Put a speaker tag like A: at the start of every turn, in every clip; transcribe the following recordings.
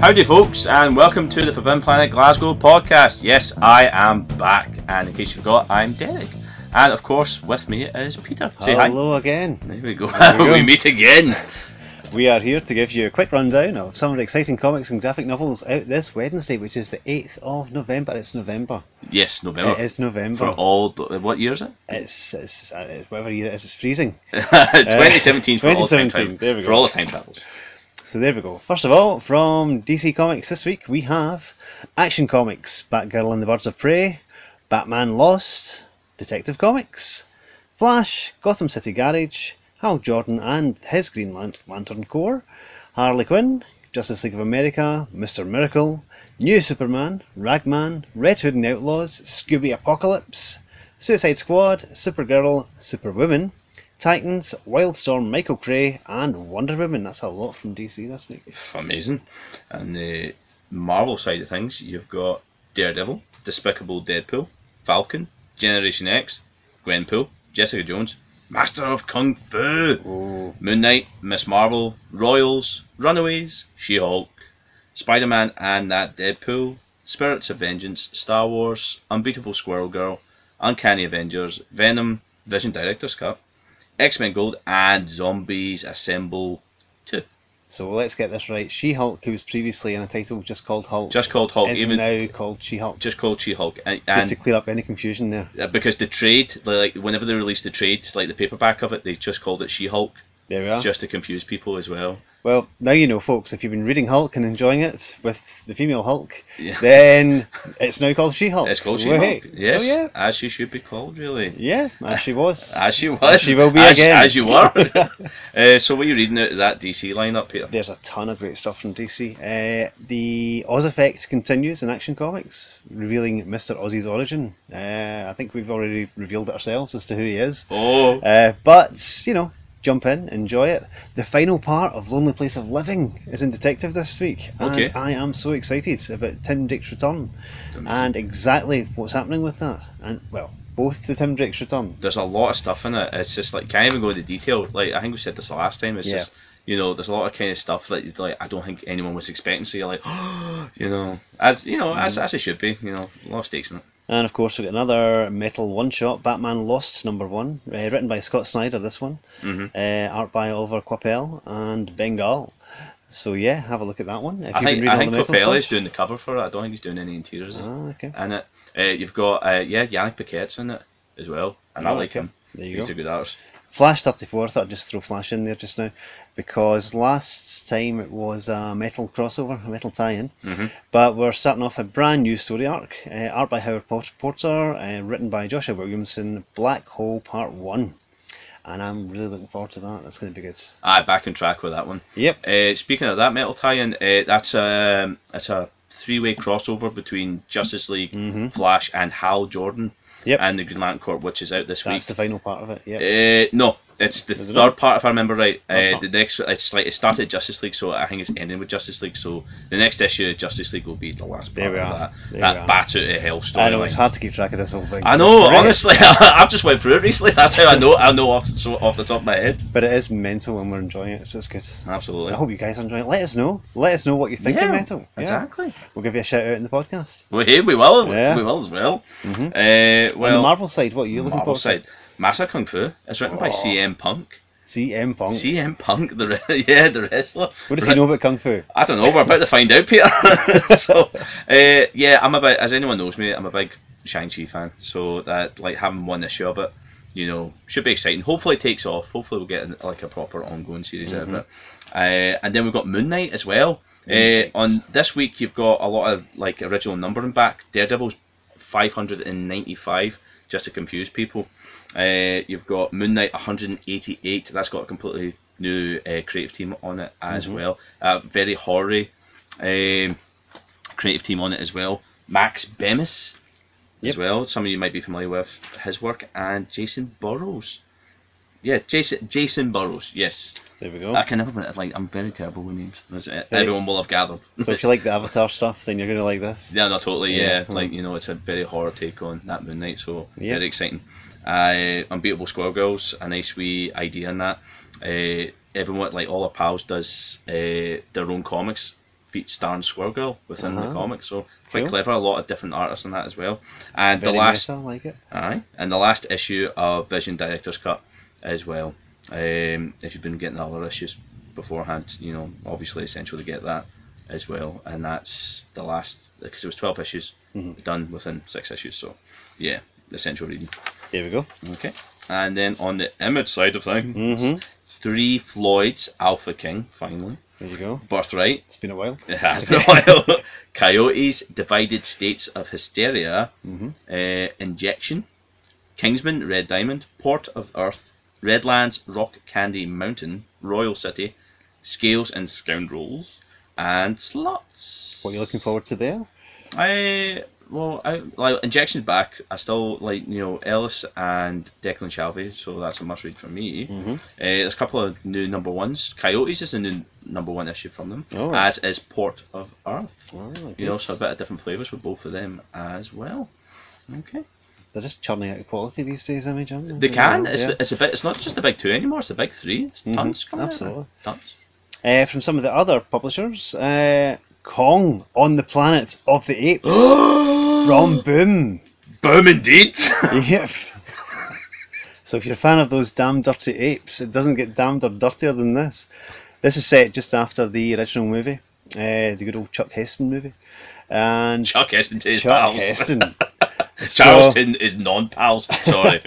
A: Howdy, folks, and welcome to the Forbidden Planet Glasgow podcast. Yes, I am back, and in case you forgot, I'm Derek. And of course, with me is Peter. Say hi.
B: Hello again.
A: There we go.
B: There we go.
A: we meet again.
B: We are here to give you a quick rundown of some of the exciting comics and graphic novels out this Wednesday, which is the 8th of November. It's November.
A: Yes,
B: It
A: November.
B: is
A: Oh, For
B: November.
A: all, what year is it?
B: It's, it's, uh, it's whatever year it is, it's freezing.
A: 2017 for all time
B: 2017,
A: travels.
B: Uh, there we
A: For
B: go.
A: all the time travels.
B: So there we go. First of all, from DC Comics this week, we have Action Comics, Batgirl and the Birds of Prey, Batman Lost, Detective Comics, Flash, Gotham City Garage, Hal Jordan and his Green Lan- Lantern Corps, Harley Quinn, Justice League of America, Mr. Miracle, New Superman, Ragman, Red Hood and the Outlaws, Scooby Apocalypse, Suicide Squad, Supergirl, Superwoman, Titans, Wildstorm, Michael Cray, and Wonder Woman. That's a lot from DC this week.
A: Amazing. And the Marvel side of things, you've got Daredevil, Despicable Deadpool, Falcon, Generation X, Gwenpool, Jessica Jones, Master of Kung Fu.
B: Oh,
A: Moon Knight, Miss Marvel, Royals, Runaways, She Hulk, Spider Man and that Deadpool, Spirits of Vengeance, Star Wars, Unbeatable Squirrel Girl, Uncanny Avengers, Venom, Vision Director's Cut, X Men Gold, and Zombies Assemble 2.
B: so let's get this right. She Hulk, who was previously in a title just called Hulk,
A: Just called Hulk,
B: is
A: even
B: now called She Hulk.
A: just called She Hulk. And,
B: Just
A: and
B: to clear up any confusion there.
A: uh, because the trade, like whenever they released the trade, like the paperback of it, they just called it She Hulk,
B: There we are.
A: just to confuse people as well.
B: Well, now you know, folks, if you've been reading Hulk and enjoying it with the female Hulk,
A: Yeah.
B: then it's now called She Hulk.
A: It's called She Hulk. Yes,
B: So, yeah.
A: as she should be called, really.
B: Yeah, as she was.
A: As she was.
B: she will be
A: as,
B: again.
A: As you were. uh, so, what are you reading out of that DC lineup, Peter?
B: There's a ton of great stuff from DC. Uh, the Oz effect continues in Action Comics, revealing Mr. Ozzy's origin. Uh, I think we've already revealed it ourselves as to who he is.
A: Oh,
B: Uh, but, you know, jump in, enjoy it. The final part of Lonely Place of Living is in Detective this week. And
A: Okay.
B: I am so excited about Tim Drake's return and exactly what's happening with that. And, well, both the Tim Drake's return.
A: there's a lot of stuff in it. It's just like can't even go into detail. Like I think we said this the last time. It's
B: Yeah.
A: just you know there's a lot of kind of stuff that you'd like I don't think anyone was expecting. So you're like, you know, as you know,
B: Mm-hmm.
A: as as it should be. You know, a lot of stakes in it.
B: And, of course, we've got another metal one shot Batman Lost number one, uh, written by Scott Snyder, this one.
A: hmm
B: uh, art by Oliver Quapel and Bengal. So yeah, have a look at that one. If
A: I
B: you've
A: think
B: been
A: I
B: reading
A: think
B: all the metal
A: Coppelli is
B: stuff.
A: doing the cover for it. I don't think he's doing any interiors
B: Ah, okay.
A: in it. Uh, you've got uh, yeah, Yannick Paquette's in it as well, and I
B: Oh,
A: like
B: okay.
A: him.
B: There you
A: He's
B: go.
A: a good artist.
B: Flash 34, I thought I'd just throw Flash in there just now because last time it was a metal crossover, a metal tie in.
A: Mhm.
B: But we're starting off a brand new story arc. Uh, art by Howard Pot- Porter, uh, written by Joshua Williamson, Black Hole Part 1. And I'm really looking forward to that. That's going to be good.
A: Aye, back on track with that one.
B: Yep.
A: Uh, speaking of that metal tie-in, uh, that's a that's a three-way crossover between Justice League,
B: Mhm.
A: Flash, and Hal Jordan,
B: Yep.
A: and the Green Lantern Corps, which is out this
B: That's the final part of it. Yep.
A: week. Uh, no, it's the
B: Is it
A: third
B: not?
A: part if I remember right. Uh,
B: Uh-huh.
A: the next it's like it started at Justice League, so I think it's ending with Justice League. So the next issue of Justice League will be the last part
B: There we
A: of
B: are.
A: that
B: There we
A: that
B: are.
A: bat out of hell
B: I know, it's
A: storyline.
B: hard to keep track of this whole thing.
A: I
B: It's
A: know,
B: great.
A: honestly, I've just went through it recently. That's how I know. I know off so off the top of my head.
B: But it is mental and we're enjoying it, so it's good.
A: Absolutely.
B: I hope you guys are enjoying it. Let us know. Let us know what you think
A: Yeah,
B: of metal. Yeah.
A: Exactly.
B: We'll give you a shout out in the podcast.
A: Well, here we will.
B: Yeah.
A: We will as well.
B: Mhm.
A: Uh, well,
B: On the Marvel side, what are you looking
A: Marvel
B: for?
A: side, Master Kung Fu is written by
B: Aw.
A: CM Punk.
B: CM Punk.
A: CM Punk, the re- yeah, the wrestler.
B: What does
A: Re-
B: he know about Kung Fu?
A: I don't know. We're about to find out, Peter. so, uh, yeah, I'm about. As anyone knows me, I'm a big Shang Chi fan. So that like having one issue of it, you know, should be exciting. Hopefully, it takes off. Hopefully, we'll get an, like a proper ongoing series out of it. Uh, and then we've got Moon Knight as well. Uh,
B: Mm-hmm. Moon Knight.
A: on this week, you've got a lot of like original numbering back. Daredevil's 595, just to confuse people. Uh, you've got Moon Knight 188. That's got a completely new uh, creative team on it
B: Mm-hmm.
A: as well. Uh, very horror um, creative team on it as well. Max Bemis as
B: Yep.
A: well. Some of you might be familiar with his work and Jason Burrows. Yeah, Jason Jason Burrows. Yes,
B: There we go.
A: I can never pronounce. Like I'm very terrible with names. That's it.
B: Oh. very-
A: Everyone will have gathered.
B: So if you like the Avatar stuff, then you're going to like this.
A: Yeah, no, totally. Yeah,
B: Yeah.
A: like you know, it's a very horror take on that Moon Knight, so
B: Yeah.
A: very exciting. Uh, Unbeatable Squirrel Girls, a nice wee idea in that. Uh, everyone, like all our pals, does uh, their own comics. beat Star and Squirrel within
B: Uh-huh.
A: the comic. So quite
B: Cool.
A: clever. A lot of different artists in that as well. And
B: Very
A: the last,
B: meta, I like it.
A: aye, and the last issue of Vision Director's Cut as well. Um, if you've been getting the other issues beforehand, you know, obviously essential to get that as well. And that's the last because it was twelve issues
B: Mhm.
A: done within six issues. So yeah, essential reading.
B: There we go.
A: Okay. And then on the image side of things,
B: Mm-hmm.
A: three Floyds, Alpha King, finally.
B: There you go.
A: Birthright,
B: It's been a while.
A: it has been a while. Coyotes, Divided States of Hysteria,
B: Mhm.
A: uh, Injection, Kingsman, Red Diamond, Port of Earth, Redlands, Rock Candy Mountain, Royal City, Scales and Scoundrels, and Sluts.
B: What are you looking forward to there?
A: I well, I like injections back. I still like you know Ellis and Declan Shalvey, so that's a must read for me.
B: Mhm.
A: Uh, there's a couple of new number ones. Coyotes is a new number one issue from them,
B: Oh.
A: as is Port of Earth.
B: Oh,
A: You know, so a
B: good.
A: bit of different flavors with both of them as well. Okay,
B: They're just churning out quality these days, Image, aren't they?
A: they can.
B: Yeah.
A: It's it's a bit. It's not just the big two anymore. It's the big three. It's
B: Mhm,
A: tons coming out.
B: absolutely.
A: Tons.
B: Uh, from some of the other publishers, uh, Kong on the Planet of the Apes from Boom.
A: Boom indeed.
B: Yep. So if you're a fan of those damn dirty apes, it doesn't get damned or dirtier than this. This is set just after the original movie, uh, the good old Chuck Heston movie, and
A: Chuck Heston to his
B: Chuck
A: pals.
B: Heston.
A: Charleston is non pals. Sorry.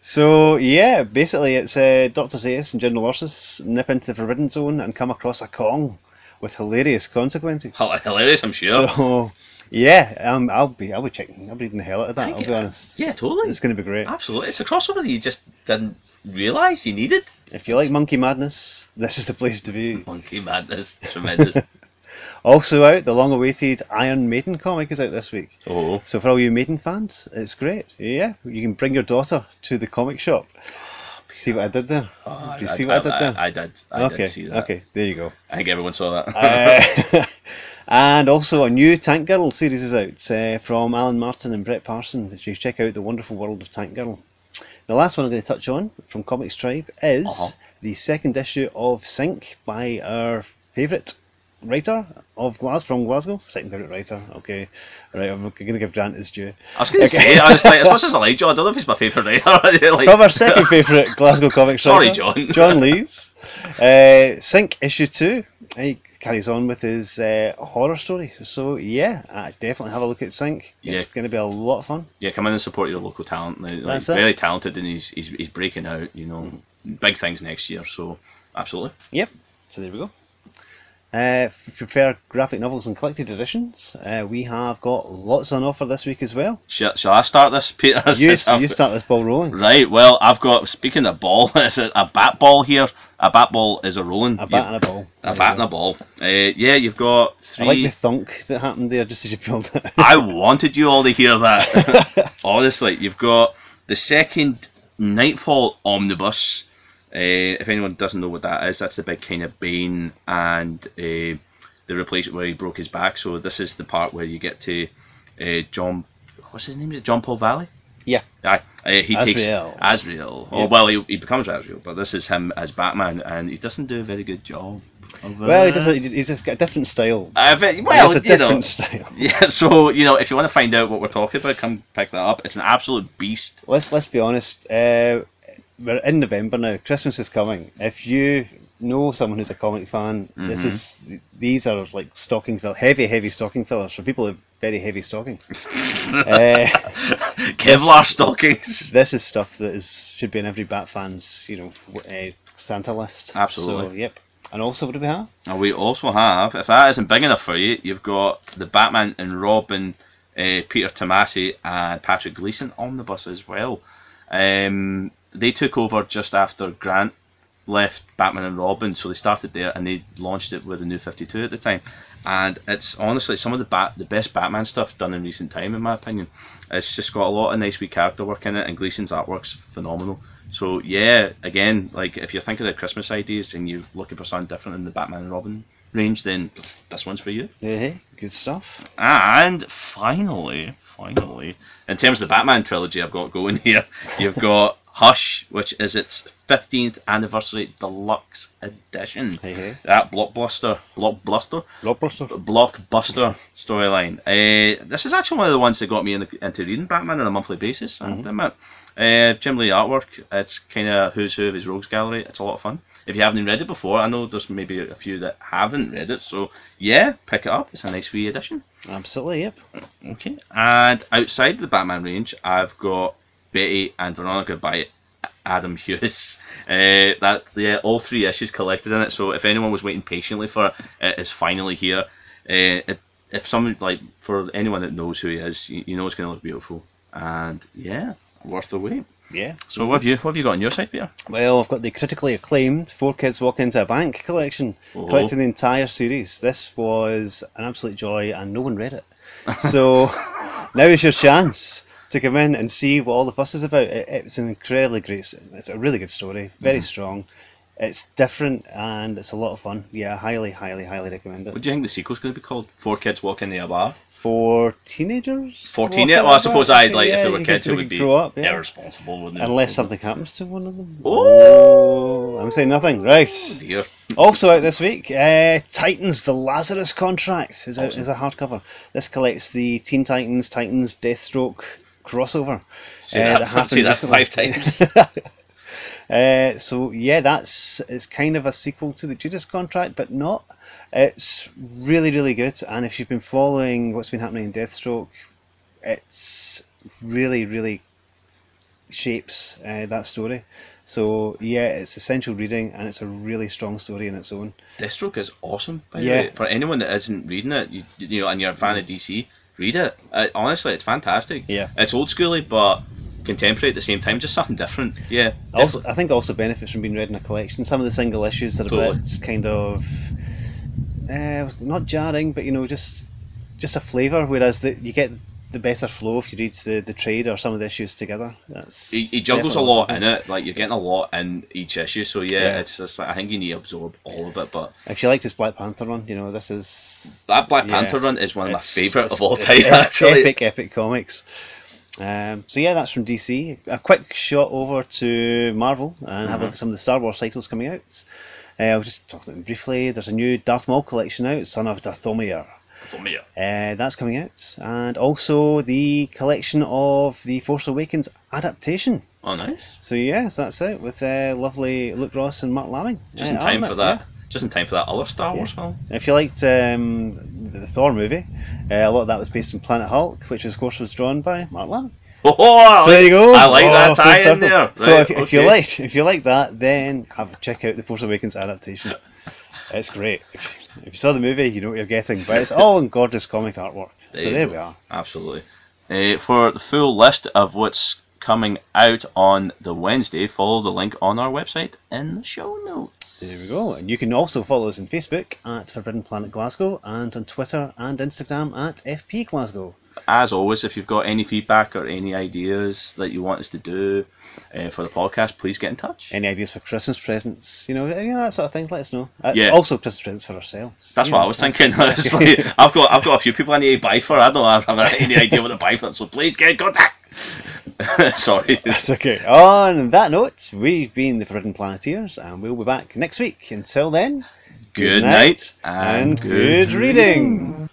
B: So yeah, basically it's uh, Doctor Zeus and General Ursus nip into the Forbidden Zone and come across a Kong with hilarious consequences.
A: Hila- Hilarious, I'm sure.
B: So yeah, um, I'll be I'll be checking, I'll be reading the hell out of that.
A: I
B: I'll be
A: get-
B: honest,
A: Yeah, totally.
B: it's going to be great.
A: Absolutely. It's a crossover that you just didn't realise you needed.
B: If you like Monkey Madness, this is the place to be.
A: Monkey Madness. Tremendous.
B: Also out, the long-awaited Iron Maiden comic is out this week.
A: oh.
B: So for all you Maiden fans, it's great. Yeah, you can bring your daughter to the comic shop. See what I did there?
A: oh,
B: Do you see what I did there?
A: I, did. I
B: okay,
A: did see that.
B: okay, there you go.
A: I think everyone saw that.
B: Uh, and also a new Tank Girl series is out uh, from Alan Martin and Brett Parson. You should check out the wonderful world of Tank Girl. The last one I'm going to touch on from Comics Tribe is
A: Uh-huh.
B: the second issue of Sync by our favourite writer of Glas from Glasgow. Second favourite writer. Okay, right. I'm going to give Grant his due.
A: I was going to
B: okay.
A: say, I was like, as much as I like John, I don't know if he's my favourite writer. like,
B: From our second favourite Glasgow comic
A: Sorry,
B: writer,
A: John.
B: John Lees. Uh, Sync issue two. He carries on with his uh, horror story. So yeah, I definitely have a look at Sync. It's
A: Yeah.
B: going to be a lot of fun.
A: yeah, come in and support your local talent. Like, like,
B: That's it.
A: Very talented and he's, he's, he's breaking out, you know. Big things next year, so absolutely.
B: Yep. So there we go. Uh, if you prefer graphic novels and collected editions, uh, we have got lots on offer this week as well.
A: Shall, shall I start this, Peter?
B: You, you
A: Since I've-
B: start this ball rolling.
A: Right, well, I've got, speaking of ball, it's a, a bat ball here. A bat ball is a rolling.
B: A bat and a ball.
A: A bat and a ball. Uh, yeah, you've got
B: I like
A: three.
B: the thunk that happened there just as you pulled it.
A: I wanted you all to hear that. Honestly, you've got the second Nightfall Omnibus. Uh, if anyone doesn't know what that is, that's the big kind of Bane and uh, the replacement where he broke his back. So this is the part where you get to uh, John. What's his name? Is it John Paul Valley.
B: Yeah.
A: Aye, uh, he
B: Azrael.
A: takes Azrael. Oh
B: Yeah.
A: well, he, he becomes Azrael, but this is him as Batman, and he doesn't do a very good job. of,
B: Well, he
A: uh,
B: does. it- He's just got a different style.
A: I bet- well,
B: it's a
A: you know,
B: different style.
A: yeah, so you know, if you want to find out what we're talking about, come pick that up. It's an absolute beast.
B: Let's let's be honest. Uh, we're in November now. Christmas is coming. If you know someone who's a comic fan, this is these are like stocking fill, heavy, heavy stocking fillers for people with very heavy stockings. uh,
A: Kevlar stockings.
B: this is stuff that is should be in every Bat fan's you know w- uh, Santa list. So,
A: Absolutely.
B: yep. And also, what do we have?
A: And we also have, if that isn't big enough for you, you've got the Batman and Robin, uh, Peter Tomasi and Patrick Gleason omnibus as well. Um, they took over just after Grant left Batman and Robin, so they started there and they launched it with the New Fifty Two at the time. And it's honestly some of the bat the best Batman stuff done in recent time, in my opinion. It's just got a lot of nice wee character work in it, and Gleason's artwork's phenomenal. So yeah, again, like if you're thinking of Christmas ideas and you're looking for something different in the Batman and Robin range, then this one's for you.
B: Yeah, good stuff.
A: And finally, finally, in terms of the Batman trilogy I've got going here, you've got Hush, which is its 15th anniversary deluxe edition.
B: Hey, hey.
A: That blockbuster, blockbuster,
B: Blockbuster.
A: blockbuster storyline. Uh, this is actually one of the ones that got me in the, into reading Batman on a monthly basis. I have to admit. Uh, Jim Lee artwork. It's kind of who's who of his rogues gallery. It's a lot of fun. If you haven't read it before, I know there's maybe a few that haven't read it. So yeah, pick it up. It's a nice wee edition.
B: Absolutely, yep.
A: Okay. And outside the Batman range, I've got Betty and Veronica by Adam Hughes. Uh, that yeah, all three issues collected in it. So if anyone was waiting patiently for it, it is finally here. Uh, it, if someone like for anyone that knows who he is, you, you know it's going to look beautiful. And yeah, worth the wait.
B: Yeah.
A: So what have you what have you got on your side, Peter?
B: Well, I've got the critically acclaimed Four Kids Walk Into a Bank collection,
A: Oh.
B: collecting the entire series. This was an absolute joy, and no one read it. So now is your chance to come in and see what all the fuss is about. It, it's an incredibly great, s- it's a really good story,
A: Mm-hmm.
B: very strong. It's different and it's a lot of fun. Yeah, highly, highly, highly recommend
A: What
B: it.
A: do you think the sequel's going to be called? Four kids walk into a bar.
B: For teenagers?
A: 14
B: Walking
A: yeah, well I
B: about?
A: suppose I'd like if
B: Yeah,
A: they
B: you
A: were
B: could-
A: kids
B: they
A: it would
B: could
A: be
B: grow up, yeah.
A: irresponsible wouldn't it?
B: Unless something happens to one of them.
A: Oh!
B: I'm saying nothing. Right.
A: dear.
B: Also out this week, uh, Titans: The Lazarus Contract is, out,
A: Awesome.
B: is a hardcover. This collects the Teen Titans, Titans, Deathstroke crossover.
A: Say Uh, that- say that five times.
B: uh, so yeah, that's it's kind of a sequel to the Judas Contract, but not. It's really, really good. And if you've been following what's been happening in Deathstroke, it's really, really shapes uh, that story. So yeah, it's essential reading, and it's a really strong story in its own.
A: Deathstroke is awesome. By
B: Yeah.
A: the way. For anyone that isn't reading it, you, you know, and you're a fan of DC, read it. Uh honestly, it's fantastic.
B: Yeah.
A: It's old schooly, but contemporary at the same time. Just something different. Yeah.
B: Also, I think it also benefits from being read in a collection. Some of the single issues are a
A: Totally.
B: bit kind of uh, not jarring, but you know, just just a flavour. Whereas the, you get the better flow if you read the, the trade or some of the issues together. That's
A: He, he juggles a
B: definitely-
A: lot in it. Like you're getting a lot in each issue. So yeah,
B: Yeah.
A: it's just like, I think you need to absorb all of it. But
B: If you liked his Black Panther run, you know this is
A: that Black
B: Yeah.
A: Panther run is one of my
B: it's-
A: favourite
B: it's-
A: of all
B: it's
A: time.
B: ep-
A: Actually,
B: epic, epic comics. Um, so yeah, that's from DC. A quick shot over to Marvel and
A: Mm-hmm.
B: have a look at some of the Star Wars titles coming out. Uh, I'll just talk about them briefly. There's a new Darth Maul collection out, Son of Dathomir.
A: for me.
B: Uh, that's coming out, and also the collection of the Force Awakens adaptation.
A: Oh, nice.
B: So yes, that's it with uh, lovely Luke Ross and Mark Lamy.
A: Just
B: Uh,
A: in time
B: Armit,
A: for that.
B: yeah.
A: Just in time for that other Star Wars film.
B: If you liked um, the Thor movie, uh, a lot of that was based on Planet Hulk, which of course was drawn by Mark Lamy.
A: Oh, I
B: So there you go.
A: I like
B: Oh,
A: that
B: full
A: tie in
B: circle.
A: there.
B: So
A: Right,
B: if, if you
A: okay.
B: like if you like that, then have a check out the Force Awakens adaptation. It's great. If, if you saw the movie, you know what you're getting, but it's all in gorgeous comic artwork. so
A: you
B: there
A: go.
B: we are.
A: Absolutely. Uh, for the full list of what's coming out on the Wednesday, follow the link on our website in the show notes.
B: There we go. And you can also follow us on Facebook at Forbidden Planet Glasgow and on Twitter and Instagram at FP Glasgow.
A: As always, if you've got any feedback or any ideas that you want us to do uh, for the podcast, please get in touch.
B: Any ideas for Christmas presents? You know, you know that sort of thing. Let us know. Uh,
A: Yeah.
B: Also, Christmas presents for ourselves.
A: That's
B: You
A: what
B: know,
A: I was
B: that's-
A: thinking. Honestly, I've got I've got a few people I need to buy for. I don't have any idea what to buy for, so please get in contact. Sorry.
B: That's okay. On that note, we've been the Forbidden Planeteers, and we'll be back next week. Until then,
A: Good night
B: and good reading.